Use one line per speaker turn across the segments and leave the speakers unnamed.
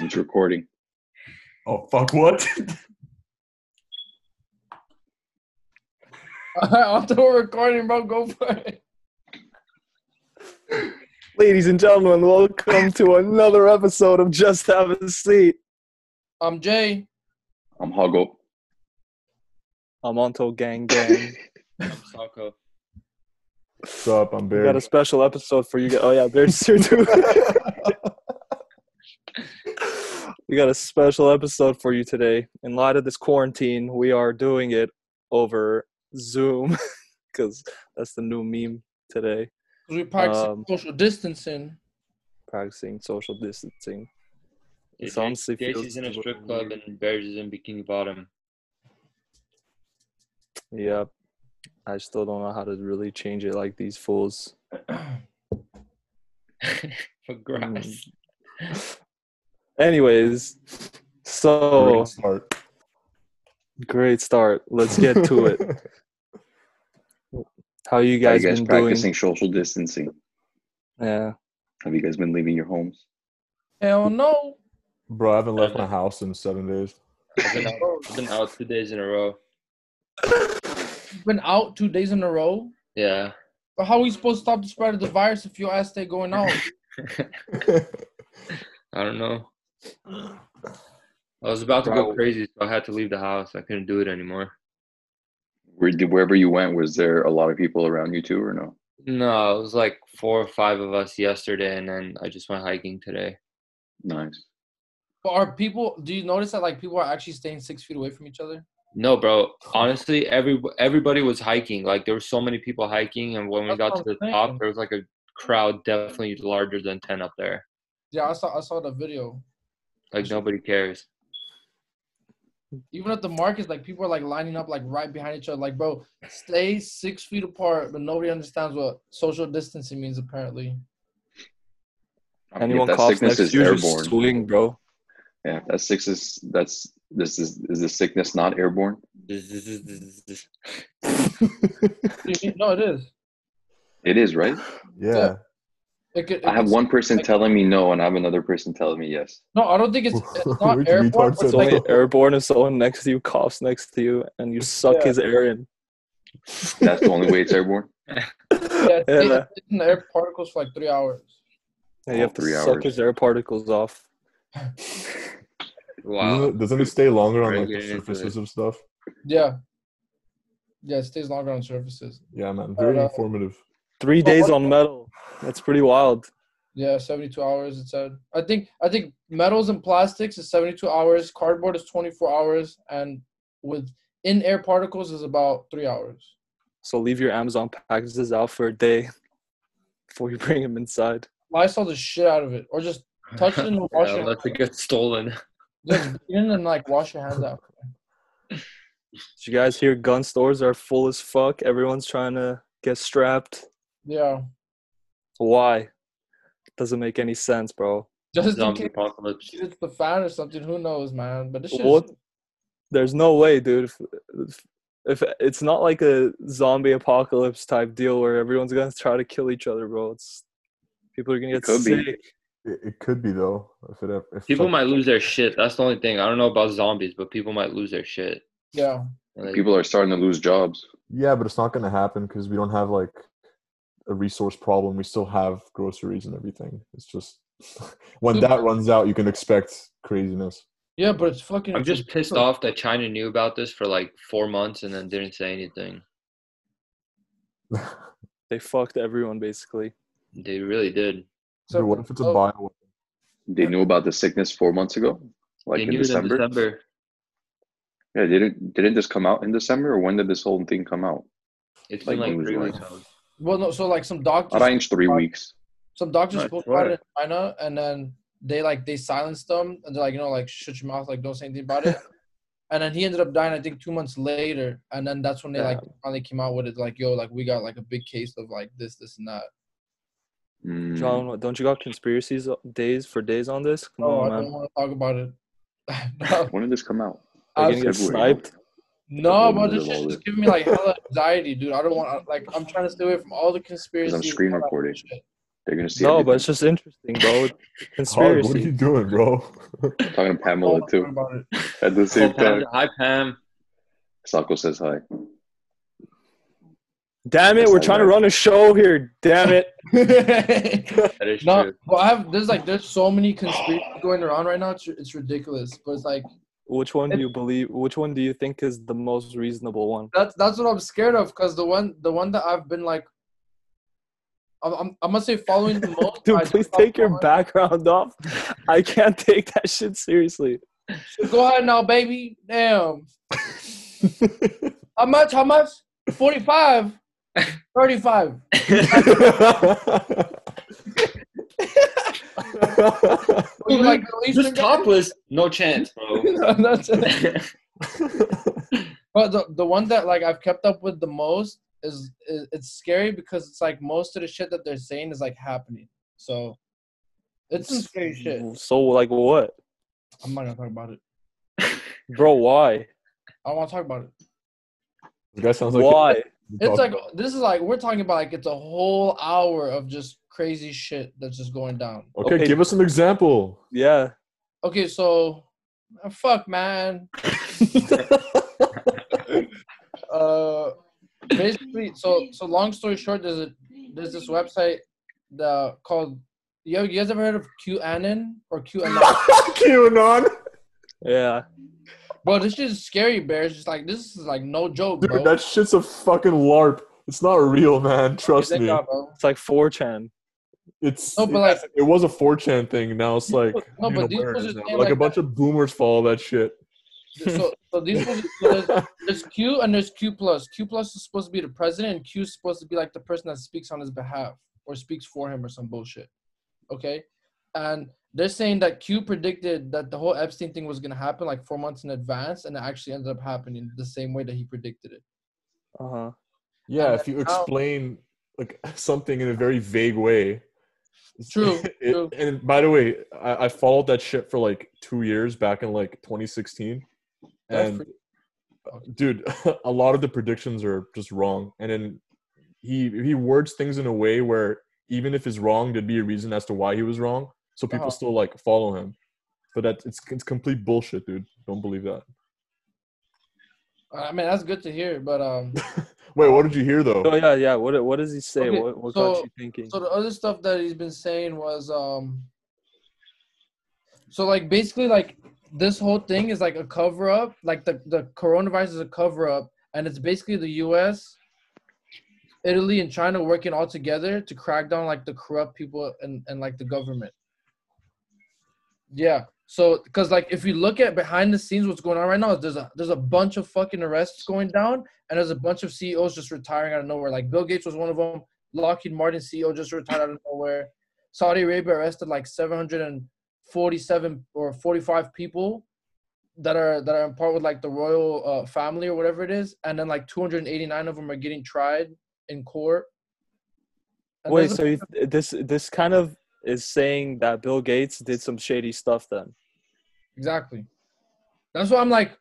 It's recording.
Oh fuck! What?
I'm still recording, bro. Go for it.
Ladies and gentlemen, welcome to another episode of Just Have a Seat.
I'm Um, Jay.
I'm Huggle.
I'm Onto Gang Gang.
What's up? I'm
we got
Barry.
a special episode for you guys. Oh yeah, Bear's here too. we got a special episode for you today. In light of this quarantine, we are doing it over Zoom because that's the new meme today.
We're practicing
Um,
social distancing.
Practicing social distancing.
Yeah,
It's honestly
Jace
feels
is in a strip
weird.
club and Bears is in Bikini Bottom.
Yeah, I still don't know how to really change it like these fools.
Hmm.
For grass.
Anyways, so
Great start.
great start. Let's get to it.
How
How you
you
guys,
guys
been
practicing
doing?
social distancing?
Yeah,
Have you guys been leaving your homes?
Hell no.
Bro, I haven't left my house in seven days.
I've been, out, I've been out two days in a row.
Been out two days in a row.
Yeah.
But how are we supposed to stop the spread of the virus if your ass stay going out?
I don't know. I was about to go
Bro.
crazy, so I had to leave the house. I couldn't do it anymore.
Where did, wherever you went, was there a lot of people around you too, or no?
No, it was like four or five of us yesterday, and then I just went hiking today.
Nice.
but are people? Do you notice that like people are actually staying six feet away from each other?
No, bro. Honestly, every everybody was hiking. Like there were so many people hiking, and when we
That's
got to
what I'm
the
saying.
top, there was like a crowd definitely larger than ten up there.
Yeah, I saw I saw the video.
Like nobody cares.
Even at the markets, like people are like lining up like right behind each other. Like, bro, stay six feet apart, but nobody understands what social distancing means apparently.
I mean, if
anyone coughs next to
is
you,
airborne.
just swing, bro.
yeah, if that sickness. That's this is is the sickness not airborne?
no, it is.
It is, right?
Yeah.
It could, it
I have
could-
one person telling me no, and I have another person telling me yes.
No, I don't think it's, it's
Which
not airborne.
retard
but It's
said
It's
like
only
Like-
airborne if someone next to you coughs next to you and you suck
Yeah.
his air in.
That's the only way it's airborne.
Yeah, it's,
Yeah.
it's in the air particles for like three hours.
And you
All
have to
three
suck
hours.
his air particles off.
Wow.
Doesn't, it, doesn't it stay longer on
Right,
like the
yeah, it's
surfaces of stuff?
Yeah. Yeah, it stays longer on surfaces.
Yeah, man. Very
uh,
informative.
Three
Well,
days
what-
on metal. That's pretty wild.
Yeah, seventy-two hours. It said. I think I think metals and plastics is seventy-two hours. Cardboard is twenty-four hours, and with in-air particles is about three hours.
So leave your Amazon packages out for a day before you bring them inside.
Lysol the shit out of it, or just touch it and wash
yeah,
your
unless it gets stolen.
just beat it and like wash your hands out.
Did you guys hear gun stores are full as fuck? Everyone's trying to get strapped.
Yeah,
Why? Doesn't make any sense, bro.
just in
Zombie
case
apocalypse.
shit hits the fan or something. Who knows, man? But this shit.
What? There's no way, dude. If, if, if it's not like a zombie apocalypse type deal where everyone's gonna try to kill each other, bro, it's people are gonna
It
get
could be.
sick.
It, it could be though. If it ever, if
People might lose their shit. That's the only thing. I don't know about zombies, but people might lose their shit.
Yeah.
And they-
People are starting to lose jobs.
Yeah, but it's not gonna happen because we don't have like a resource problem. We still have groceries and everything. It's just when that runs out, you can expect craziness.
Yeah, but it's fucking.
I'm just pissed off that China knew about this for like four months and then didn't say anything.
They fucked everyone basically.
They really did.
Dude, what if it's a
Oh,
bio?
They knew about the sickness four months ago, like
they
in
knew
December.
it in December.
Yeah, didn't didn't this come out in December, or when did this whole thing come out?
It's
Like,
been like
news
three
wise.
weeks. now.
Well, no. So like some doctors,
Arranged three weeks.
some doctors
No,
spoke
it's right.
about it in China, and then they like they silenced them, and they're like, you know, like shut your mouth, like don't say anything about it. and then he ended up dying, I think, two months later, and then that's when they like finally came out with it, like, yo, like we got like a big case of like this, this, and that.
Mm.
John, what- don't you got conspiracies o- days for days on this? Come
Oh,
on,
I
man.
don't want to talk about it. no,
When did this come out?
Are you
I-
gonna get
February.
sniped?
no, but this
Overload
shit's
it.
just giving me like hella anxiety, dude. I don't want like I'm trying to stay away from all the conspiracies.
screen
all that
recording.
shit.
They're gonna see.
No, but it's
everything.
just interesting, bro.
Hog, what are
Conspiracy.
you doing, bro?
talking to Pamela
Don't worry
too
about it.
at the
Oh,
same
Pam,
time.
hi Pam.
Sako says hi.
Damn it, we're trying to run a show here. Damn it.
That is
no,
true.
well, I have. There's like there's so many conspiracies going around right now. It's, it's ridiculous, but it's like
Which one do you believe? Which one do you think is the most reasonable one?
that's that's what I'm scared of. Cause the one the one that I've been like, I'm I'm, I'm gonna say following the most.
Dude,
I just
please
stopped
take your
following-
background off. I can't take that shit seriously.
Go ahead now, baby. Damn. How much? How much? 45? 35. You like the least
Just
guy?
topless, no chance, bro.
No, that's it. But the, the one that like I've kept up with the most is, is it's scary because it's like most of the shit that they're saying is like happening. So it's some scary shit.
So, like, what?
I'm not gonna talk about it.
Bro, why?
I don't want to talk about it.
The guy sounds like
why?
It's like this is like we're talking about like it's a whole hour of just crazy shit that's just going down.
okay,
Okay.
give us an example.
Yeah.
Okay, so uh, fuck man. uh basically so so long story short there's a there's this website the called you, you guys ever heard of QAnon or QAnon?
QAnon.
Yeah.
bro, this shit is scary, bear. It's just like this is like no joke,
Dude,
bro.
that shit's a fucking LARP. It's not real, man. Trust
Check
me.
out, bro.
It's like 4chan.
It's
No, but like
it was a 4chan thing. Now it's like
No, but
you know,
these
where
fools
is
are
it?
saying
like a
like
bunch of boomers follow that shit.
so so these was, so there's, there's Q and there's Q plus. Q plus is supposed to be the president, and Q is supposed to be like the person that speaks on his behalf or speaks for him or some bullshit. Okay, and they're saying that Q predicted that the whole Epstein thing was gonna happen like four months in advance, and it actually ended up happening the same way that he predicted it.
Uh huh.
Yeah,
And
if you
that's how-
explain like something in a very vague way. it's-
True,
it-
true.
And by the way, I, I followed that shit for like two years back in like 2016,
That's
and
pretty-
dude, a lot of the predictions are just wrong. And then he he words things in a way where even if it's wrong, there'd be a reason as to why he was wrong. So people
Uh-huh.
still like follow him. But that it's it's complete bullshit, dude. Don't believe that.
I mean, that's good to hear, but um.
Wait, what did you hear though?
Oh, yeah, yeah. What, what does he say?
Okay,
what what
so-
got you thinking?
So the other stuff that he's been saying was um so like basically like this whole thing is like a cover up, like the, the coronavirus is a cover up and it's basically the US, Italy and China working all together to crack down like the corrupt people and, and like the government. Yeah. So cuz like if you look at behind the scenes what's going on right now, there's a there's a bunch of fucking arrests going down and there's a bunch of CEOs just retiring out of nowhere. Like Bill Gates was one of them. Lockheed Martin CEO just retired out of nowhere. Saudi Arabia arrested like 747 or 45 people that are that are in part with like the royal uh, family or whatever it is, and then like 289 of them are getting tried in court. And
Wait,
there's a-
so you, this this kind of is saying that Bill Gates did some shady stuff then.
exactly. That's why I'm like,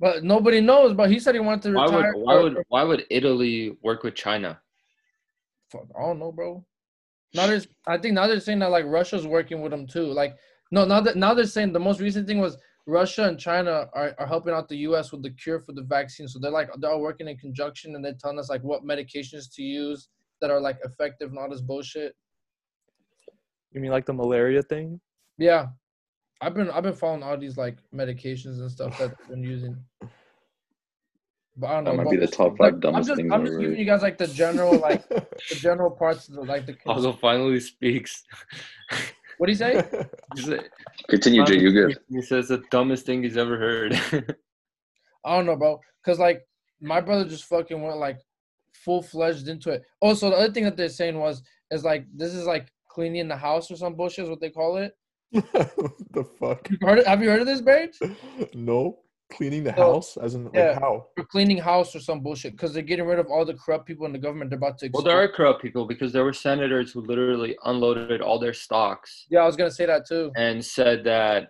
but nobody knows. But he said he wanted to
Why would
retire.
why
or-
would why would Italy work with China?
Fuck, I don't know, bro. Now there's, I think now they're saying that like Russia's working with them too. Like, no, now that now they're saying the most recent thing was Russia and China are, are helping out the U.S. with the cure for the vaccine. So they're like they're all working in conjunction and they're telling us like what medications to use that are like effective, not as bullshit.
You mean like the malaria thing?
Yeah, I've been I've been following all these like medications and stuff that I've been using. But I don't know.
That might
bro.
be the top
Like,
five dumbest
I'm just,
things
I'm
I've
just
ever
giving you
heard.
guys like the general like the general parts of the, like the.
Also finally speaks.
What do you say?
He's like-
Continue, Jay. You good?
He says the dumbest thing he's ever heard.
I don't know, bro. Cause like my brother just fucking went like full fledged into it. Also, the other thing that they're saying was is like this is like cleaning the house or some bullshit is what they call it.
what the fuck?
You've heard it- Have you heard of this, Barrett?
No, cleaning the
So-
house, as in like
yeah.
how?
They're cleaning house or some bullshit because they're getting rid of all the corrupt people in the government. They're about to.
well, there
explode.
are corrupt people because there were senators who literally unloaded all their stocks
Yeah, I was gonna say that too.
and said that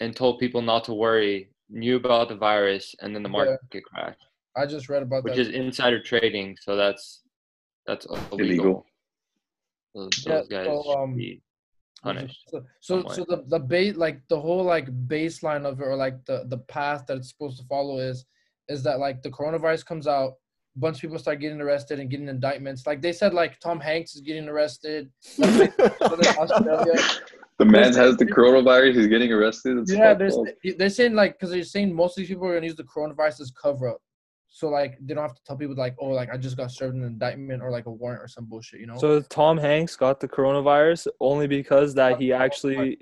and told people not to worry, knew about the virus, and then the
Yeah.
market crashed,
I just read about
which
that.
is insider trading. So that's that's illegal.
Illegal.
Those,
Yeah,
those guys
so,
should
um,
be punished.
So, so, so the the base like the whole like baseline of it or like the the path that it's supposed to follow is is that like the coronavirus comes out, bunch of people start getting arrested and getting indictments. Like they said, like Tom Hanks is getting arrested. Southern Australia.
The man has the coronavirus. He's getting arrested. It's
Yeah,
fucked
they're,
up.
sa- they're saying like because they're saying most of these people are gonna use the coronavirus as cover up, so like they don't have to tell people like oh like I just got served an indictment or like a warrant or some bullshit, you know?
So Tom Hanks got the coronavirus only because that he actually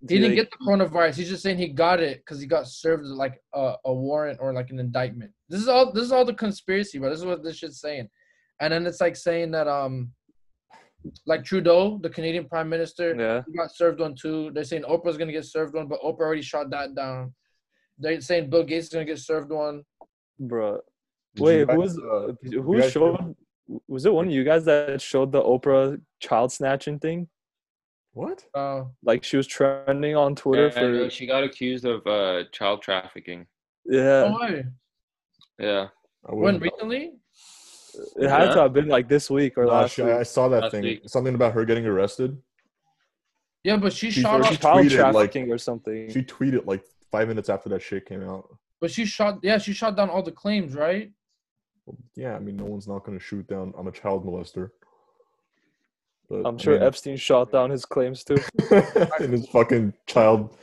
he didn't
like-
get the coronavirus. He's just saying he got it because he got served like a, a warrant or like an indictment. This is all this is all the conspiracy, bro. This is what this shit's saying, and then it's like saying that um, like Trudeau, the Canadian Prime Minister,
yeah.
he got served one too. They're saying Oprah's gonna get served one, but Oprah already shot that down. They're saying Bill Gates is gonna get served one.
Bro,
Did
wait,
you
who
guys,
was
uh,
who
guys-
showed? Was it one of you guys that showed the Oprah child snatching thing?
what?
Uh,
Like she was trending on Twitter
Yeah,
for
she got accused of uh, child trafficking.
yeah.
oh, wait.
Yeah,
I
when
wouldn't-
recently?
It had
Yeah.
to have been like this week or
No,
last
she-
week.
I saw that
Last
thing.
week.
Something about her getting arrested.
Yeah, but she
She
shot.
first-
Off,
she
Child
tweeted, like-
trafficking or something.
She tweeted like five minutes after that shit came out.
but she shot. Yeah, she shot down all the claims, right?
Yeah, I mean, no one's not going to shoot down. I'm a child molester. But,
I'm
I
sure
mean,
Epstein shot down his claims too.
in his fucking child,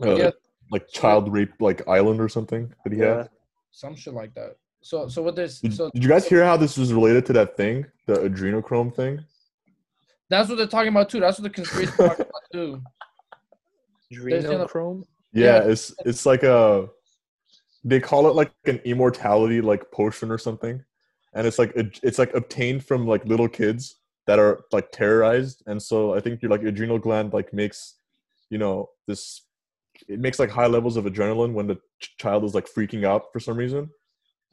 uh,
yeah,
like child rape, like island or something that he
Yeah.
had.
some shit like that. So, so what this?
Did,
So
did you guys hear how this was related to that thing, the adrenochrome thing?
That's what they're talking about too. That's what the conspiracy talking about too.
Adrenochrome?
Yeah,
Yeah.
it's it's like a they call it like an immortality like potion or something, and it's like it- it's like obtained from like little kids that are like terrorized, and so I think your like adrenal gland like makes you know this it makes like high levels of adrenaline when the ch- child is like freaking out for some reason,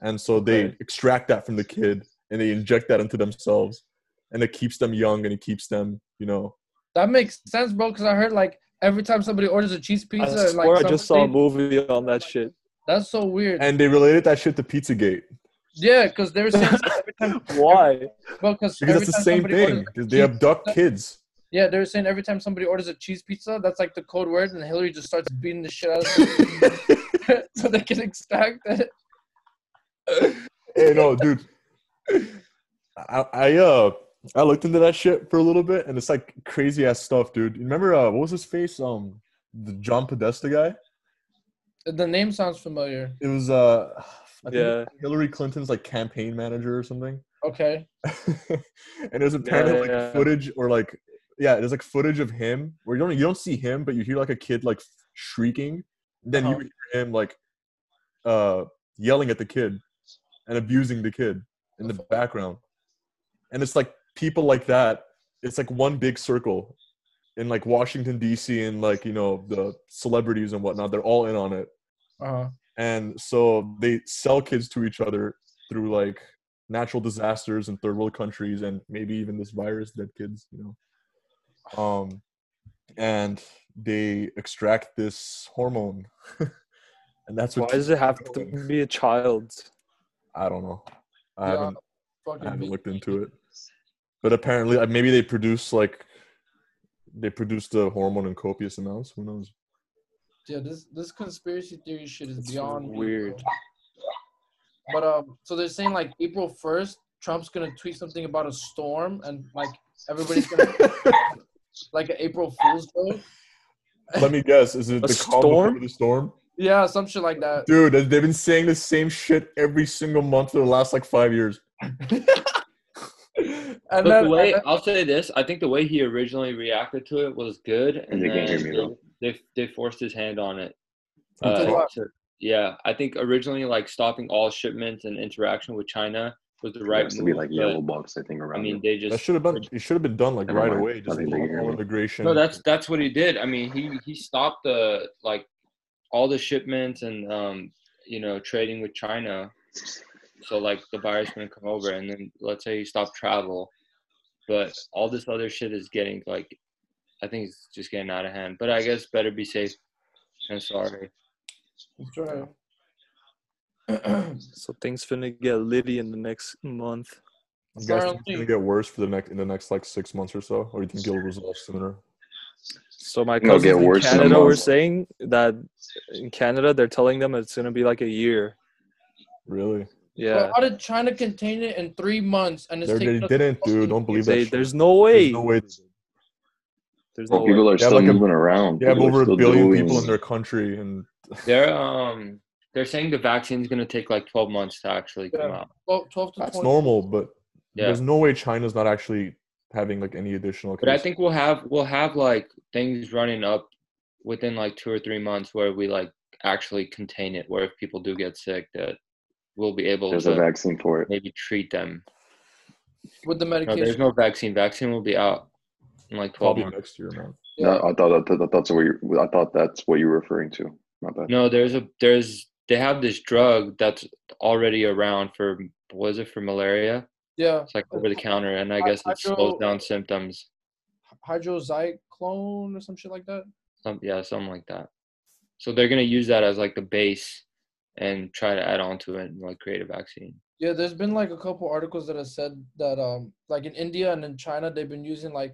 and so they
Okay.
extract that from the kid and they inject that into themselves, and it keeps them young and it keeps them you know
That makes sense, bro. Because I heard like every time somebody orders a cheese pizza,
I
like
swear I just saw a
somebody-
movie on that shit.
That's so weird.
and they related that shit to PizzaGate.
yeah, because they were saying every time,
Why?
bro, because
Because that's the same thing. They abduct kids.
yeah, they were saying every time somebody orders a cheese pizza, that's like the code word, and Hillary just starts beating the shit out of them so they can extract it.
hey, no, dude. I, I uh I looked into that shit for a little bit, and it's like crazy ass stuff, dude. You Remember uh, what was his face? Um, the John Podesta guy.
The name sounds familiar.
It was uh, I think
Yeah.
Hillary Clinton's like campaign manager or something.
Okay.
and there's apparently
yeah,
like
yeah.
footage or like yeah, there's like footage of him where you don't you don't see him, but you hear like a kid like shrieking. Then
Uh-huh.
you hear him like uh yelling at the kid and abusing the kid in the background. And it's like people like that. It's like one big circle in like Washington D.C. and like you know the celebrities and whatnot. They're all in on it
Uh huh.
and so they sell kids to each other through like natural disasters in third world countries and maybe even this virus dead kids you know um and they extract this hormone and that's
Why
what
does it have to be a child?
i don't know i
Yeah,
haven't i
Fucking
haven't
beat-
looked into it but apparently uh, maybe they produce like they produce the hormone in copious amounts who knows
Yeah, this this conspiracy theory shit is
It's
beyond me,
weird.
bro. But um, so they're saying like April first, Trump's gonna tweet something about a storm, and like everybody's gonna like an April Fool's joke.
let me guess is it
A
the calm before
storm?
the storm
Yeah, some shit like that.
Dude, they've been saying the same shit every single month for the last like five years.
And
Look,
then,
the way
and then-
I'll say this, I think the way he originally reacted to it was good, and
they can't hear
then
me,
they,
though.
they they forced his hand on it.
From
Uh,
Trump?
to- yeah, I think originally like stopping all shipments and interaction with China was the
It
right
has to
move.
be like
but,
yellow box, I think, around.
I mean,
it.
they
that
just
should have been it should have been done like
Never
right
mind.
away. Just
I think they
block
can
all
hear me.
immigration.
no. That's that's what he did. I mean, he he stopped the like all the shipments and um you know trading with China, so like the virus gonna come over, and then let's say he stopped travel, but all this other shit is getting like, I think it's just getting out of hand. But I guess better be safe than sorry.
Sure.
So things finna get litty in the next month.
You
It's
guys
not
think it's
only-
gonna get worse for the next in the next like six months or so, or you think it'll resolve sooner?
So my
It'll
cousins
get
in
worse in a
Canada were
month.
saying that in Canada they're telling them it's gonna be like a year.
Really?
Yeah,
Bro, how did China contain it in three months and it's
They're- They
taking us-
didn't, dude. Don't believe
They-
that. shit.
there's no
There's
way.
no way.
There's
Well,
no
people
way.
are
They have
still
like a-
moving around.
They have
People are
over a
still
billion
doing-
people in their country, and
They're um they're saying the vaccine's gonna take like twelve months to actually come
Yeah.
out.
Well, 12 to
that's
20.
normal. But
Yeah.
there's no way China's not actually having like any additional.
But I
cases.
think we'll have we'll have like things running up within like two or three months where we like actually contain it. Where if people do get sick, that we'll be able
There's
to
a vaccine for it.
maybe treat them.
with the
No,
medication.
there's no vaccine. Vaccine will be out in like twelve
probably
months.
next year, man.
Yeah.
No, I thought that, that- that's what you. I thought that's what you were referring to. Not that.
No, there's a there's they have this drug that's already around for was it for malaria?
yeah,
It's like over the counter, and I
Hy-
guess it slows
hydro-
down symptoms.
hydrozyclone or some shit like that.
Some, yeah, something like that. So they're gonna use that as like the base, and try to add on to it and like create a vaccine.
Yeah, there's been like a couple articles that have said that um like in India and in China they've been using like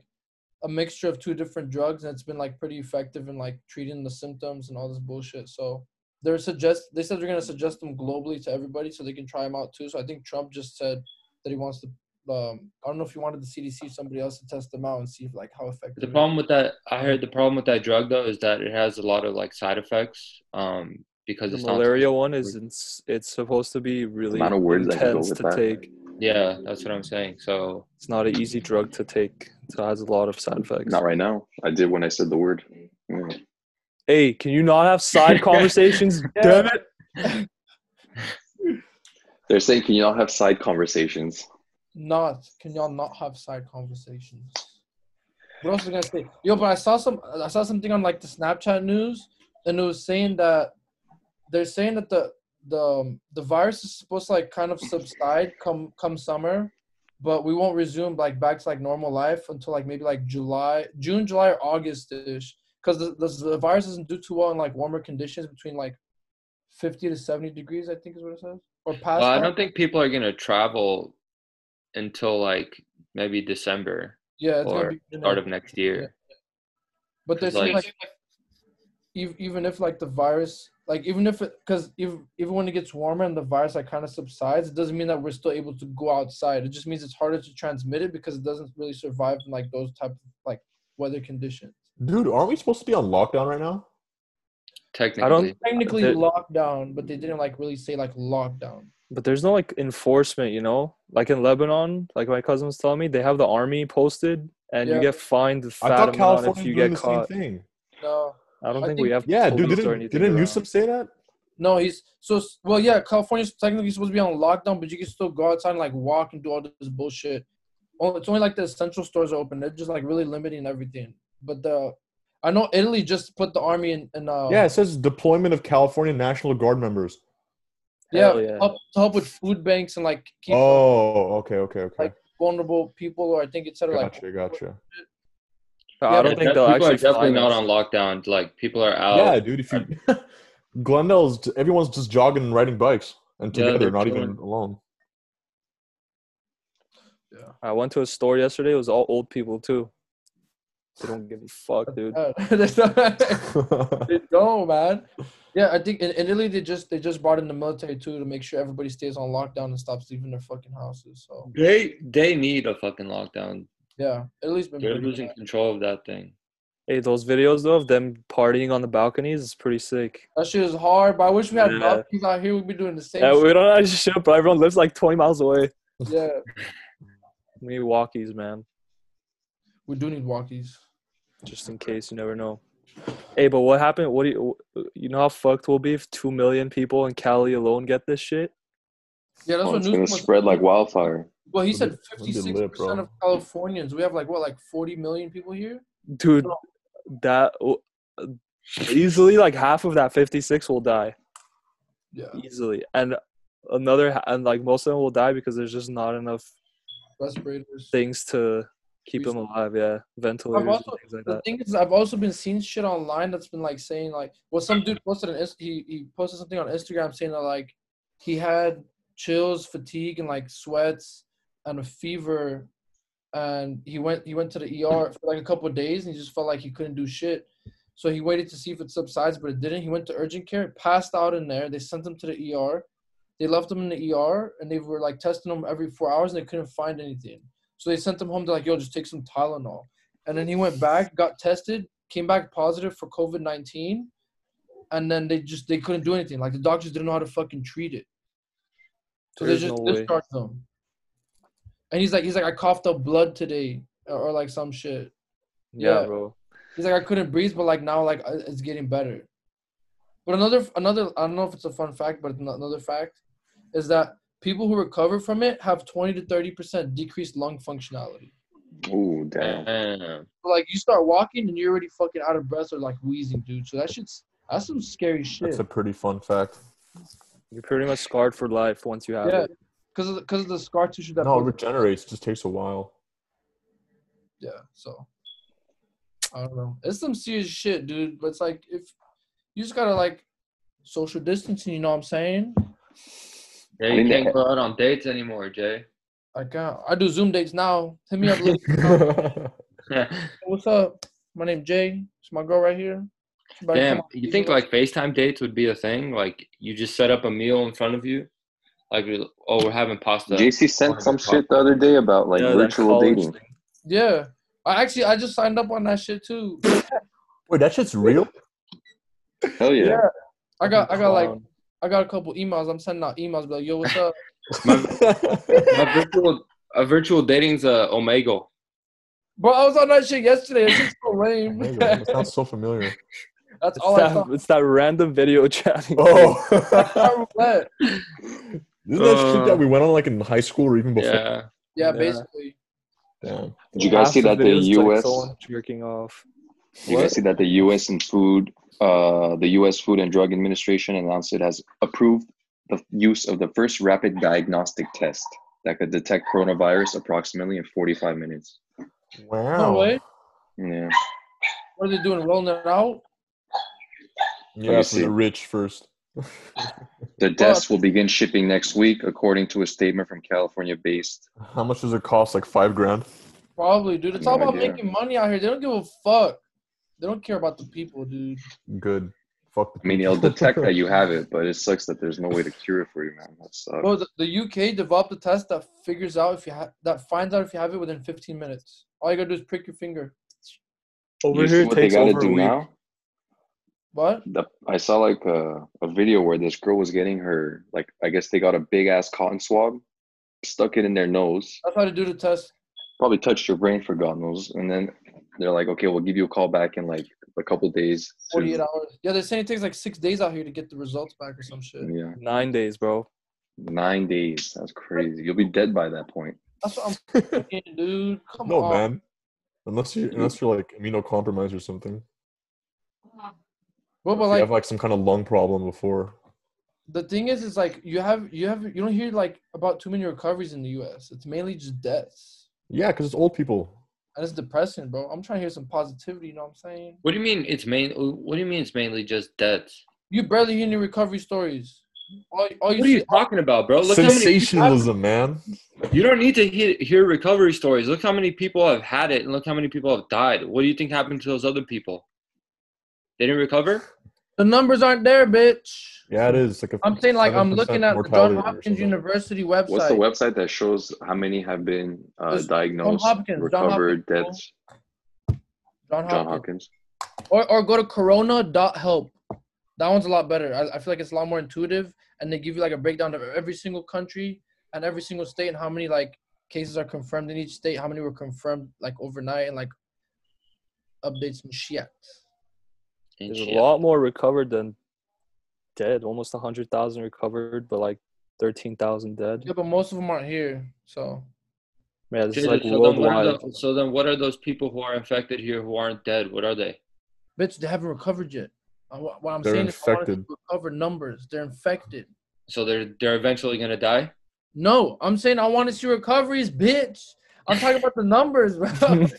a mixture of two different drugs and it's been like pretty effective in like treating the symptoms and all this bullshit. So they're suggest they said they're gonna suggest them globally to everybody so they can try them out too. So I think Trump just said that he wants to. Um, I don't know if he wanted the CDC or somebody else to test them out and see if like how effective.
The
Mm-hmm.
it-
problem with that, I heard the problem with that drug though is that it has a lot of like side effects. Um, because
The
it's
malaria one is ins- it's supposed to be really
amount of words that can go
intense
with
to
that.
take.
Not, yeah, that's what I'm saying. So
It's not an easy drug to take. So it has a lot of side effects.
Not right now. I did when I said the word. Yeah.
Hey, can you not have side conversations? Damn it!
They're saying, can you all have side conversations?
not can y'all not have side conversations? What else was I gonna say? Yo, but I saw some I saw something on like the Snapchat news, and it was saying that they're saying that the the um, the virus is supposed to like kind of subside come come summer, but we won't resume like back to like normal life until like maybe like July, June, July, or August ish, because the, the the virus doesn't do too well in like warmer conditions between like fifty to seventy degrees, I think is what it says, or past.
Well, I
that.
don't think people are gonna travel until like maybe December,
yeah, it's gonna
or
be
start of next year.
But they
It's
saying
like-
like, ev even if like the virus, like even if it, because if even when it gets warmer and the virus like kind of subsides, it doesn't mean that we're still able to go outside. It just means it's harder to transmit it because it doesn't really survive in like those type of like weather conditions.
Dude, aren't we supposed to be on lockdown right now?
Technically,
Technically
There-
lockdown, but they didn't like really say like lockdown.
But there's no like enforcement, you know. Like in Lebanon, like my cousin was telling me, they have the army posted, and you
Yeah.
get fined a
I
fat
thought
amount if
California
you
was doing
get
the
caught.
same thing.
No,
I don't
I
think,
think-
we have.
Yeah, dude,
police or
didn't
anything
didn't
around.
Newsom say that?
no, he's so s- well. Yeah, California's technically supposed to be on lockdown, but you can still go outside and like walk and do all this bullshit. Well, it's only like the essential stores are open. They're just like really limiting everything. But the, I know Italy just put the army in. in uh,
Yeah, it says deployment of California National Guard members.
yeah,
Hell yeah.
Help, to help with food banks and like keep
Oh, okay, okay, okay.
Like, vulnerable people, or I think it's sort of like
gotcha, gotcha.
I
Yeah,
don't
Yeah,
think
def-
they'll
people
actually.
are definitely
fine
not
us.
on lockdown. Like people are out.
Yeah, dude, if you Glendale's everyone's just jogging and riding bikes and
Yeah,
together,
they're
not even
chilling.
alone.
I went to a store yesterday. It was all old people too. They don't give a fuck, dude.
Uh, there's no- They don't, man. Yeah, I think in, in Italy they just they just brought in the military too to make sure everybody stays on lockdown and stops leaving their fucking houses. So
They they need a fucking lockdown.
yeah, Italy's been
They're
Mm-hmm.
pretty
losing
bad.
control of that thing.
Hey, those videos though of them partying on the balconies is pretty sick.
That shit is hard, but I wish we had
Yeah.
balconies out here. We'd be doing the same.
Yeah,
shit.
we don't actually shit, but everyone lives like 20 miles away.
yeah,
We need walkies, man,
we do need walkies.
just in case. You never know. Hey, but what happened? What do you? You know how fucked we'll be if two million people in Cali alone get this shit.
Yeah, that's
Oh,
what
it's gonna
news
spread like wildfire.
Well, he
Would
said
be- would be lit,
fifty-six percent
bro.
of Californians. We have like what, like forty million people here.
Dude,
Oh.
that uh, easily like half of that 56 will die
Yeah,
easily, and another ha- and like most of them will die because there's just not enough
respirators.
things to keep them
Reason-
alive. Yeah, ventilators, and
also-
things like
The
that.
thing is, I've also been seeing shit online that's been like saying like, well, some dude posted an Inst- he he posted something on Instagram saying that like he had chills, fatigue, and like sweats and a fever, and he went he went to the ER for like a couple of days, and he just felt like he couldn't do shit. So he waited to see if it subsides, but it didn't. He went to urgent care, passed out in there. They sent him to the ER. They left him in the ER, and they were like testing him every four hours, and they couldn't find anything. So they sent him home. They're like, "Yo, just take some Tylenol." And then he went back, got tested, came back positive for COVID nineteen, and then they just they couldn't do anything. Like the doctors didn't know how to fucking treat it. So
There's
they just
no way.
discharged him. And he's like, he's like, I coughed up blood today, or, or like some shit.
Yeah,
Yeah.
bro.
He's like, I couldn't breathe, but like now, like I- it's getting better. But another, another, I don't know if it's a fun fact, but ano- another fact is that people who recover from it have twenty to thirty percent decreased lung functionality.
Ooh, damn.
Damn.
Like you start walking and you're already fucking out of breath or like wheezing, dude. So that shit's that's some scary shit.
That's a pretty fun fact.
You're pretty much scarred for life once you have
yeah,
it.
because of because of the scar tissue that.
No, it
builds-
regenerates. Just takes a while.
yeah so i don't know it's some serious shit dude but it's like if you just gotta like social distancing you know what i'm saying
Yeah,
mean, eh,
you can't
that-
go out on dates anymore, Jay.
i can't uh, i do zoom dates now hit me up Lil. what's up my name jay it's my girl right here She about to
Damn,
come out.
you think like FaceTime dates would be a thing? Like you just set up a meal in front of you? Like oh, we're having pasta.
JC sent some shit the other day about like
Yeah, that
virtual
college
dating.
thing.
yeah i actually i just signed up on that shit too
Wait, that shit's real.
Hell yeah.
Yeah. i got i got like
Clown.
i got a couple emails i'm sending out emails be like yo what's up
a virtual a virtual dating's a omegle.
bro i was on that shit yesterday it's just so lame
That sounds so familiar.
that's
It's
all i
that,
saw
it's that random video chatting.
Oh,
I roulette.
isn't that shit
Uh,
that we went on like in high school or even before?
Yeah.
yeah
Yeah.
basically
Damn.
Did you guys see that the US?
jerking off?
You guys
What?
see that the U.S. and food, uh, the U.S. Food and Drug Administration announced it has approved the use of the first rapid diagnostic test that could detect coronavirus approximately in 45 minutes.
Wow.
way.
Yeah,
what are they doing rolling it out
Let
Yeah,
me
for the
see.
rich first.
the test will begin shipping next week, according to a statement from California-based.
How much does it cost? Like five grand.
Probably, dude. It's
No
all about
idea.
making money out here. They don't give a fuck. They don't care about the people, dude.
Good. Fuck.
I mean, it'll detect that you have it, but it sucks that there's no way to cure it for you, man. That sucks.
Bro, the, the UK developed a test that figures out if you have that finds out if you have it within 15 minutes. All you gotta do is prick your finger.
Over
you
here,
see
it
what they
takes
gotta
over a
do
week.
now?
What?
the, I saw like a, a video where this girl was getting her like I guess they got a big ass cotton swab, stuck it in their nose,
That's how to do the test.
probably touched her brain for God knows, and then they're like, okay, we'll give you a call back in like a couple days. to-"
48 hours. Yeah, they're saying it takes like six days out here to get the results back or some shit.
Yeah,
Nine days, bro.
nine days. That's crazy. You'll be dead by that point.
That's what I'm
no,
thinking, dude. Come on.
man. Unless you unless you're like immunocompromised or something.
Bro, but
you
like
have like some kind of lung problem before.
the thing is is like you have you have you don't hear like about too many recoveries in the US. It's mainly just deaths.
Yeah, because it's old people.
And it's depressing, bro. I'm trying to hear some positivity, you know what I'm saying?
What do you mean it's main what do you mean it's mainly just deaths?
You barely hear any recovery stories. All, all you
What are
see,
you talking about, bro? Look how many
Sensationalism, man.
you don't need to hear, hear recovery stories. Look how many people have had it and look how many people have died. What do you think happened to those other people? They didn't recover?
the numbers aren't there, bitch.
Yeah, it is. Like a
I'm saying like I'm
7%
looking at the
mortality
John
or
Hopkins
something.
University website.
What's the website that shows how many have been uh,
It's
diagnosed,
John Hopkins, John
recovered,
Hopkins.
deaths?
John
John
Hopkins.
Hopkins.
Or or go to corona.help. That one's a lot better. I, I feel like it's a lot more intuitive and they give you like a breakdown of every single country and every single state and how many like cases are confirmed in each state, how many were confirmed like overnight and like updates and shit.
And
There's
shit.
a lot more recovered than dead. Almost 100,000 recovered, but like 13,000 dead.
Yeah, but most of them aren't here. So
Yeah, this
Jay,
is like
so, then what are
worldwide.
the- so then what are those people who are infected here who aren't dead? What are they?
Bitch, they haven't recovered yet. Uh, wha- What I'm
They're
saying is, I
infected.
want to recover numbers. They're infected.
So they're they're eventually gonna die?
No, I'm saying I want to see recoveries, bitch. I'm talking about the numbers, bro.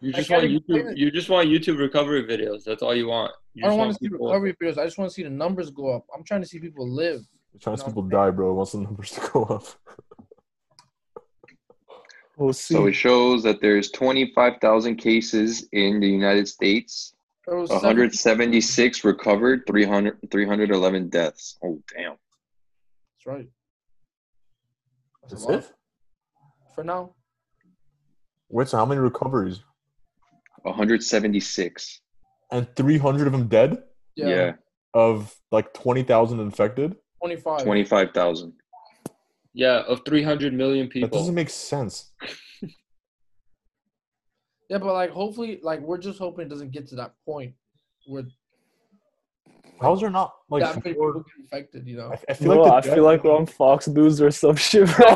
You
I
just
can't
want
even
YouTube
believe it.
you just want YouTube recovery videos. That's all you want. You
I
just
don't want to see
people-
recovery videos. I just want to see the numbers go up. I'm trying to see people live.
Chinese people die, bro. Once the numbers go up.
We'll see.
So it shows that there's 25,000 cases in the United States,
There was 70
176 recovered, 300, 311 deaths. Oh, damn.
That's right. That's a
That's
lot
it.
for now.
Wait, so how many recoveries?
176.
And 300 of them dead
Yeah,
of like 20,000 infected.
25.
25,000.
Yeah, of 300 million
That
people.
doesn't make sense.
Yeah, but like hopefully, like we're just hoping it doesn't get to that point where
How is there not like?
that many people
more-
get infected. You know,
I, I feel
Bro,
like
I
the
feel like we're on Fox News or some shit, bro.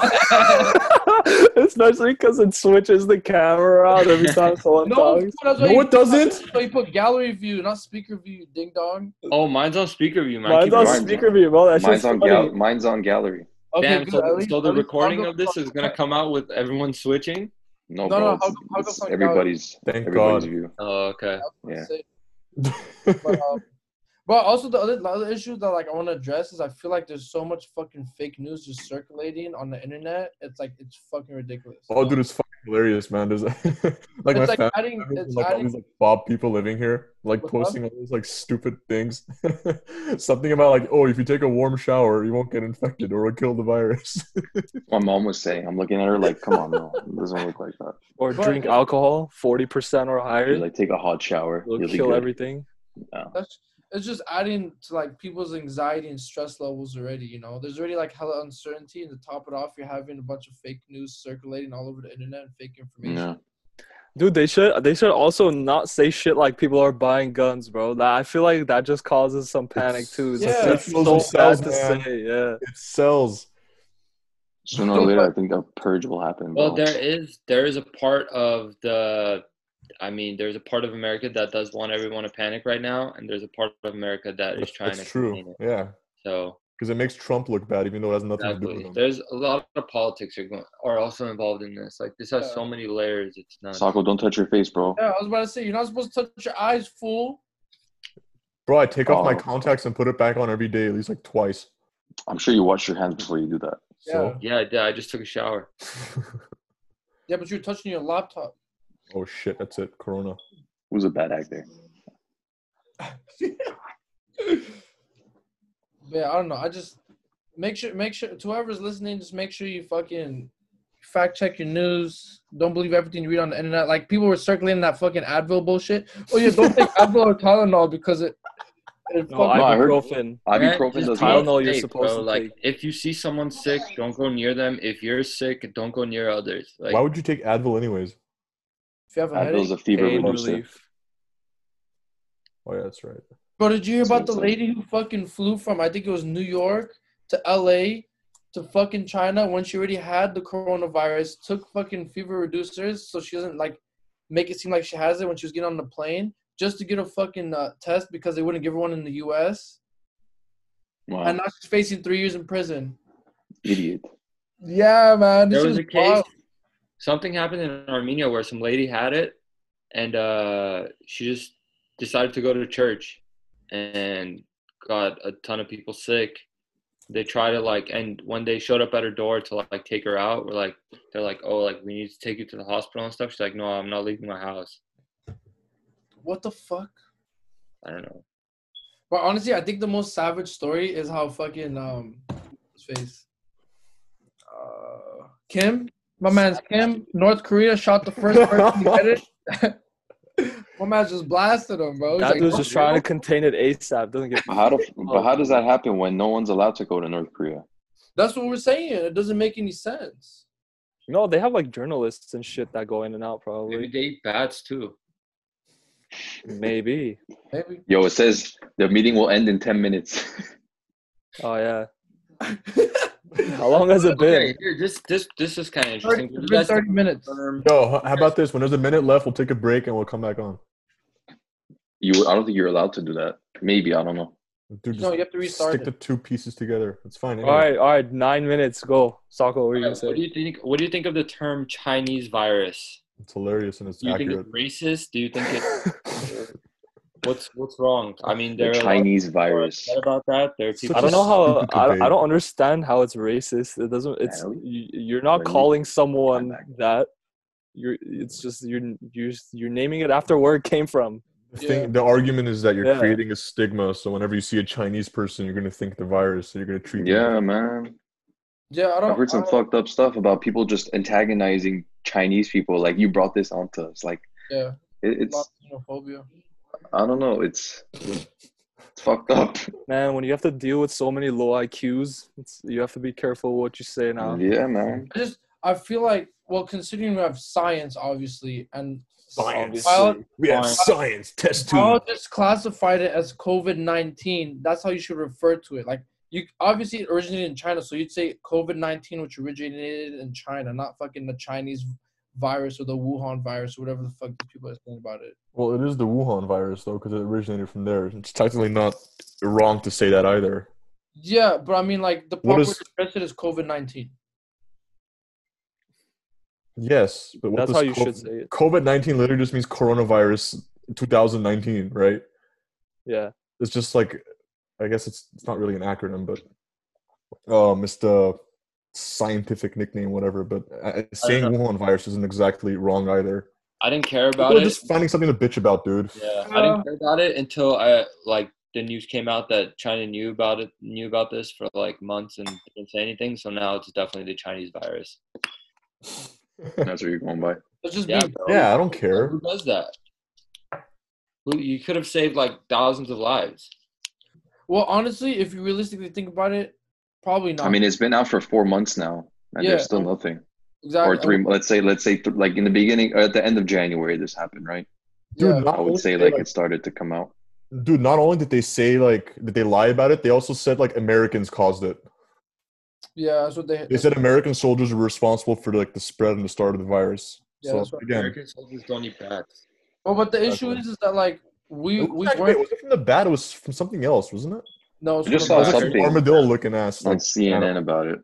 Especially because it switches the camera out every time someone
no,
talks.
that's
No,
why you-
it doesn't.
So you put gallery view, not speaker view, ding dong.
oh, mine's on speaker view, man.
Mine's
Keep
on
it
mind.
speaker view, bro. That
Mine's
shit's
on,
funny.
gal- mine's on gallery.
Okay,
Damn,
good.
so,
At least-
so the
at least
recording
Hagel-
of this is going to come out with everyone switching?
No,
No,
bro.
no,
it's-
I'll- I'll go
it's
find out.
everybody's,
Thank
everybody's
God.
view.
Oh, okay.
Yeah.
But, um, but also the other, the other issue that like I want to address is I feel like there's so much fucking fake news just circulating on the internet. It's like it's fucking ridiculous.
Oh, dude, it's fucking hilarious, man. There's like, like my
it's
family,
like adding, it's
like all
adding
these like Bob people living here, like
What's up?
posting all these like stupid things. Something about like, oh, if you take a warm shower, you won't get infected or it'll kill the virus.
My mom was saying, I'm looking at her like, come on, no, it doesn't look like that.
Or
But-
drink alcohol, 40% or higher.
She's like, take a hot shower.
It'll
You'll be
kill
good.
everything.
that's it's just adding to like people's anxiety and stress levels already. You know, there's already like hella uncertainty, and to top it off, you're having a bunch of fake news circulating all over the internet and fake information.
No.
Dude, they should they should also not say shit like people are buying guns, bro. That, I feel like that just causes some panic too. It's like,
Yeah.
that's
It sells
so bad
themselves,
to
man.
say. Yeah,
it sells.
Sooner or later, I think a purge will happen.
Well,
bro.
there is there is a part of the, I mean, there's a part of America that does want everyone to panic right now, and there's a part of America that is
That's,
trying
that's
to
true.
contain it.
Yeah,
So
because it makes Trump look bad, even though it has nothing to do
exactly,
with him.
there's a lot of politics are going, are also involved in this. Like this has
Yeah.
so many layers. It's not.
Sako, don't touch your face, bro.
Yeah, I was about to say you're not supposed to touch your eyes, fool.
Bro, I take off my
Oh.
contacts and put it back on every day, at least like twice.
I'm sure you wash your hands before you do that.
So,
Yeah, I did. I just took a shower.
Yeah, but you're touching your laptop.
oh shit, that's it. Corona.
Who's a bad actor?
Yeah, I don't know. I just make sure, make sure, to whoever's listening, just make sure you fucking fact check your news. Don't believe everything you read on the internet. Like people were circulating that fucking Advil bullshit. Oh yeah, don't take Advil or Tylenol because it. it
no,
fuck-
I- heard-
ibuprofen.
Ibuprofen
just
does
Tylenol
what?
you're
safe,
supposed to
Like
take.
if you see someone sick, don't go near them. If you're sick, don't go near others. Like
Why would you take Advil anyways?
if you have a
Advil's
headache.
a fever
Pain
reducer.
relief.
Oh yeah, that's right.
Bro, did you hear about the
Something.
lady who fucking flew from? I think it was New York to L.A. to fucking China when she already had the coronavirus. Took fucking fever reducers so she doesn't like make it seem like she has it when she was getting on the plane just to get a fucking uh, test because they wouldn't give her one in the U.S. and
Wow,
now she's facing three years in prison.
idiot.
Yeah, man.
there
This
was
is
a case.
wild.
Something happened in Armenia where some lady had it, and uh, she just decided to go to church, and got a ton of people sick. They tried to like, and when they showed up at her door to like take her out, we're like, they're like, oh, like we need to take you to the hospital and stuff. She's like, no, I'm not leaving my house.
What the fuck?
I don't know.
But honestly, I think the most savage story is how fucking um, what's his face, uh, Kim, my man's Kim, North Korea shot the first person to get it. my man just blasted him, bro. He's
That
like,
dude's
"Oh,
just trying to contain it ASAP. Doesn't get.
But how, do, but how does that happen when no one's allowed to go to North Korea?
That's what we're saying. It doesn't make any sense.
No, they have like journalists and shit that go in and out
Maybe
probably.
they eat bats too.
Maybe.
Maybe.
Yo, it says the meeting will end in 10 minutes.
Oh yeah. How long has it been?
Okay, here, this this this is kind of interesting.
30, it's been 30 minutes.
Yo, h- how about this? When there's a minute left, we'll take a break and we'll come back on.
you, I don't think you're allowed to do that. Maybe, I don't know.
Dude,
No, you have to restart
Stick
it.
the two pieces together. It's fine.
All
anyway.
right, all right. Nine minutes. Go, Sako. What are you gonna
What do
say?
you think? What do you think of the term Chinese virus?
It's hilarious and it's
Do you think
accurate.
it's racist? Do you think it's What's what's wrong? I mean,
The
there are
Chinese
a lot of people
virus.
upset about that. There are
Such
people.
I don't
Just
know how
stupid
I,
debate.
I don't understand how it's racist. It doesn't. It's
Really?
you, you're not
Really?
calling someone
back.
that. You're. It's just you're you're you're naming it after where it came from.
The thing, the argument is that you're
Yeah.
creating a stigma. So whenever you see a Chinese person, you're gonna think the virus. So you're gonna treat. them-
Yeah, man.
Yeah, I don't.
I've heard some
I-
fucked up stuff about people just antagonizing Chinese people. Like you brought this onto us. Like
Yeah, a
it,
lot
it's
of xenophobia.
I don't know. It's it's fucked up.
Man, when you have to deal with so many low IQs, it's, you have to be careful what you say now.
Yeah, man.
I just I feel like well, considering we have science, obviously, and
Science.
Bio-
We have
Fine.
science test tube.
biologists classified it as COVID nineteen. That's how you should refer to it. Like you obviously it originated in China, so you'd say COVID nineteen, which originated in China, not fucking the Chinese virus or the Wuhan virus or whatever the fuck the people are saying about it.
Well, it is the Wuhan virus though, because it originated from there. It's technically not wrong to say that either.
Yeah, but I mean, like the
What
proper
is-
address it is COVID nineteen.
Yes, but what
That's
does
how you
co-
should say it.
COVID nineteen literally just means coronavirus 2019, right?
Yeah.
It's just like, I guess it's it's not really an acronym, but um, it's the scientific nickname, whatever. But uh, saying
know.
Wuhan virus isn't exactly wrong either.
I didn't care about
People are
it.
just finding something to bitch about, dude.
Yeah, I didn't care about it until I like the news came out that China knew about it, knew about this for like months and didn't say anything. So now it's definitely the Chinese virus.
That's what you're going by.
Let's just
Yeah,
be
bro.
Yeah, I don't care.
Who does that? Who you could have saved like thousands of lives.
well. Honestly, if you realistically think about it, probably not.
I mean, it's been out for four months now, and
Yeah.
there's still nothing.
exactly.
Or three. Let's say, let's say, th- like in the beginning or at the end of January, this happened, right?
Yeah.
Dude, not
I would
only
say
did they,
like it started to come out.
dude, not only did they say like did they lie about it, they also said like Americans caused it.
Yeah, that's what they.
They said American soldiers were responsible for like the spread and the start of the virus.
Yeah,
so
that's what
again,
American soldiers don't need bats.
Well, but the issue
Exactly.
is, is that like we
It
we
was, wait,
weren't.
was it from the bat? It was from something else, wasn't it?
No, it's
I just
Uh,
from the
saw
It was
back.
like some
something.
armadillo looking ass.
on
Like,
CNN about it.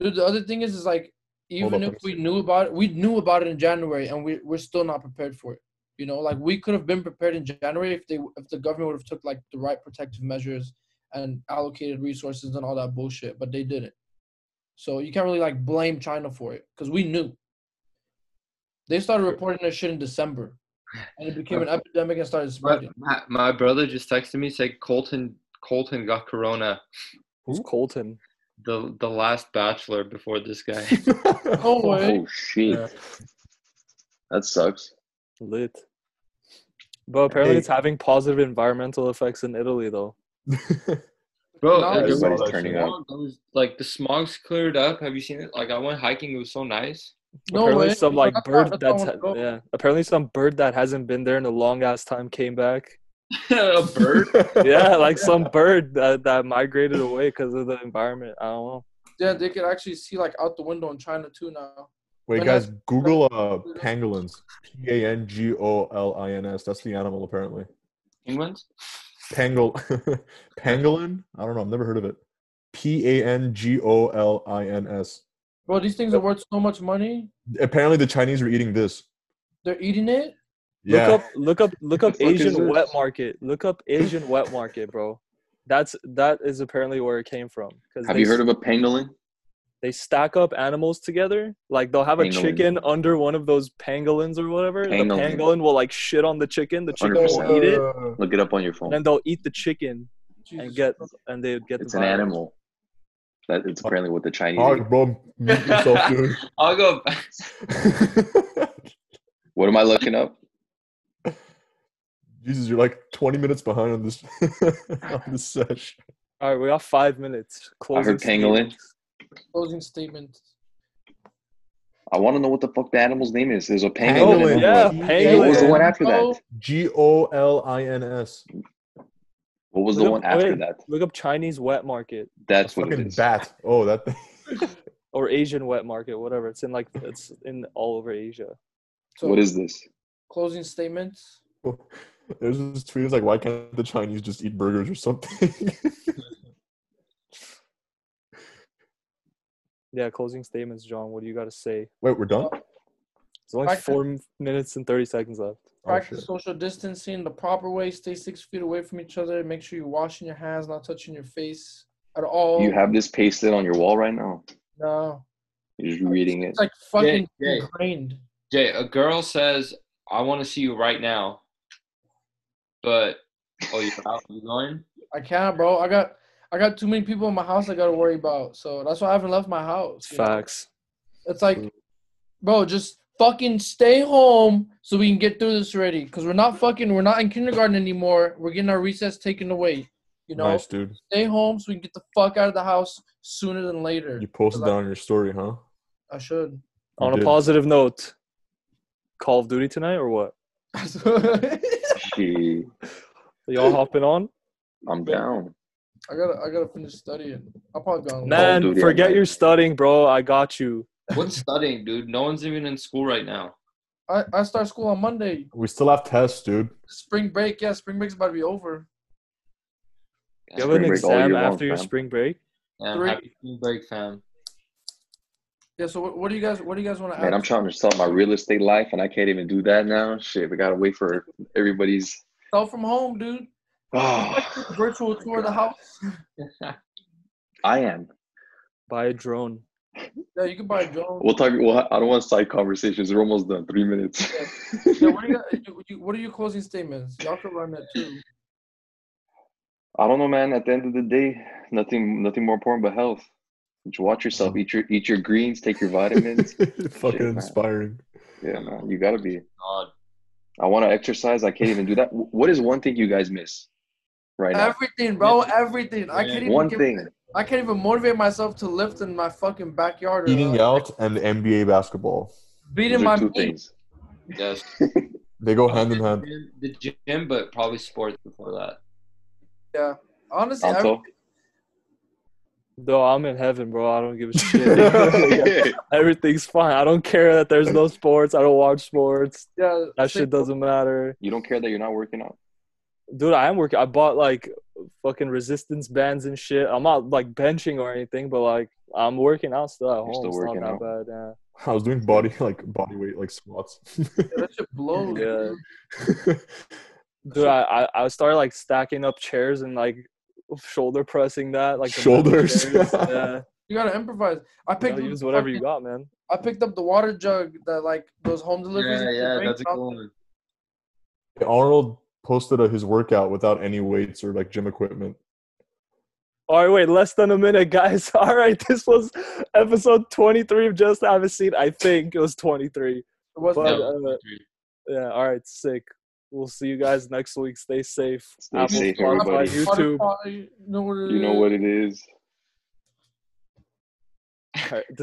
Dude, the other thing is, is like even
up, let
if
me
we
see.
knew about it, we knew about it in January, and we we're still not prepared for it. You know, like we could have been prepared in January if they if the government would have took like the right protective measures and allocated resources and all that bullshit, but they didn't. So you can't really like blame China for it because we knew. They started reporting their shit in December, and it became an epidemic and started
My,
spreading.
my, my brother just texted me saying Colton Colton got corona
Who's Colton?
the the last bachelor before this guy.
No way.
Oh shit,
Yeah.
that sucks.
Lit. But apparently,
Hey.
it's having positive environmental effects in Italy, though.
Bro,
No,
uh, there
Everybody's
was
turning
smog
up.
that was- like the smog's cleared up. Have you seen it? Like I went hiking. It was so nice.
No
apparently,
way.
some like
That's not-
bird
that's not
that's
where to go.
yeah. Apparently, some bird that hasn't been there in a long ass time came back.
a bird.
Yeah, like some bird that, that migrated away because of the environment. I don't know.
Yeah, they could actually see like out the window in China too now.
Wait,
When
guys, Google uh, pangolins. P A N G O L I N S. That's the animal, apparently.
Penguins.
Pangol, pangolin. I don't know. I've never heard of it. P A N G O L I N S.
Bro, these things are worth so much money.
Apparently, the Chinese were eating this.
They're eating it.
Yeah.
Look up, look up, look up
The fuck is
Asian
this?
wet market. Look up Asian wet market, bro. That's that is apparently where it came from. Cause
Have
they
you heard of a pangolin?
they stack up animals together. Like they'll have a
Pangolin.
chicken under one of those pangolins or whatever. The
Pangolin.
pangolin will like shit on the chicken. The chicken will
100%.
eat it,
Look it up on your
and
phone.
then they'll eat the chicken and
Jesus
get
Christ.
and they get.
It's
the
an
virus.
animal. That it's apparently what the Chinese.
Hog,
eat.
bro. Mute yourself, dude.
I'll go. back.
What am I looking up?
Jesus, you're like 20 minutes behind on this on this sesh.
All right, we got five minutes. Closing
heard pangolin.
statements.
Closing statement.
I want to know what the fuck the animal's name is. There's a pangolin.
Pangolin,
and
Yeah,
one- What was the one
pangolin.
after that?
G O L I N S.
What was the
Look
one
up-
after
wait,
that?
Look up Chinese wet market
That's what it
Fucking
is.
bat. Oh, that thing.
or Asian wet market, whatever. It's in like it's in all over Asia.
So,
What is this?
closing statements?
Oh, There's this tweet. It's like, why can't the Chinese just eat burgers or something?
Yeah, closing statements, John. What do you got to say?
Oh,
Wait, we're done. Oh,
It's only
I-
four m- minutes and thirty seconds left.
Practice
shit.
social distancing the proper way. Stay six feet away from each other. Make sure you're washing your hands, not touching your face at all.
You have this pasted on your wall right now.
no.
You're just reading it.
It's like fucking
yeah.
ingrained.
Jay, a girl says, "I want to see you right now," but oh, you out? You going?
I can't, bro. I got I got too many people in my house I gotta worry about. So that's why I haven't left my house. you know?
Facts.
It's like, bro, just fucking stay home so we can get through this already. Cause we're not fucking, we're not in kindergarten anymore. We're getting our recess taken away. You know,
nice, dude.
stay home so we can get the fuck out of the house sooner than later.
You posted
Cause
that on your story, huh?
I, I should.
You
On a
did.
positive note, Call of Duty tonight or what?
She,
Are y'all hopping on?
I'm down.
I gotta, I gotta finish studying. I'll probably go. on-
Nah.
Man,
Duty
forget
tonight.
your studying, bro. I got you.
What's studying, dude? No one's even in school right now.
I, I start school on Monday.
We still have tests, dude.
Spring break, yeah, spring break's about to be over.
You have
Spring
an
break all
exam
year long,
after your
fam.
spring break.
Yeah,
Three.
happy spring break, fam.
Yeah. So what, what do you guys, what do you guys want to add?
Man, I'm trying to start my real estate life and I can't even do that now. Shit, we gotta wait for everybody's.
Sell from home, dude.
Oh,
Virtual tour of the house.
I am.
Buy a drone.
Yeah, you can buy a drone.
We'll talk. Well, I don't want side conversations. We're almost done. Three minutes.
Yeah, what, are you, you- you- what are your closing statements? Y'all could run that too.
I don't know, man. At the end of the day, nothing, nothing more important but health. Just watch yourself. Eat your, eat your greens. Take your vitamins.
Fucking
man.
inspiring.
yeah, man. You gotta be.
God.
I want to exercise. I can't even do that. Wh- What is one thing you guys miss right now?
Everything, bro. Everything. I can't even.
One
give-
thing.
I can't even motivate myself to lift in my fucking backyard. or,
Eating
uh,
out and NBA basketball.
Those
Beating my
are two
meat.
things.
Yes.
They go hand in hand.
Gym- The gym, but probably sports before that.
Yeah. Honestly, every,
Anto?
Though I'm in heaven, bro. I don't give a shit.
yeah,
Everything's fine. I don't care that there's no sports. I don't watch sports.
yeah.
That
same-
shit doesn't matter.
you don't care that you're not working out.
Dude, I am working. I bought like fucking resistance bands and shit. I'm not like benching or anything, but like I'm working out still at home.
still
it's
working
not
out.
that bad.
I was doing body like body weight like squats.
That shit blows.
Yeah. yeah.
dude.
Dude, I, I I started like stacking up chairs and like shoulder pressing that like the metal
Shoulders.
chairs. yeah,
You gotta improvise. I
you
picked.
know,
up
use
the
whatever you
fucking-
got, man.
I picked up the water jug that like those home deliveries.
Yeah,
that you
yeah,
bring
that's a
out.
good one.
Arnold posted uh, his workout without any weights or like gym equipment.
All right, wait, less than a minute, guys. All right, this was episode 23 of Just Have a Seat. I think it was 23.
It was
But,
Yeah,
uh, Yeah, all right, sick. We'll see you guys next week. Stay safe.
Stay safe,
Spotify,
everybody.
YouTube. All
Spotify, you know what it
You know
is.
what it is.
right,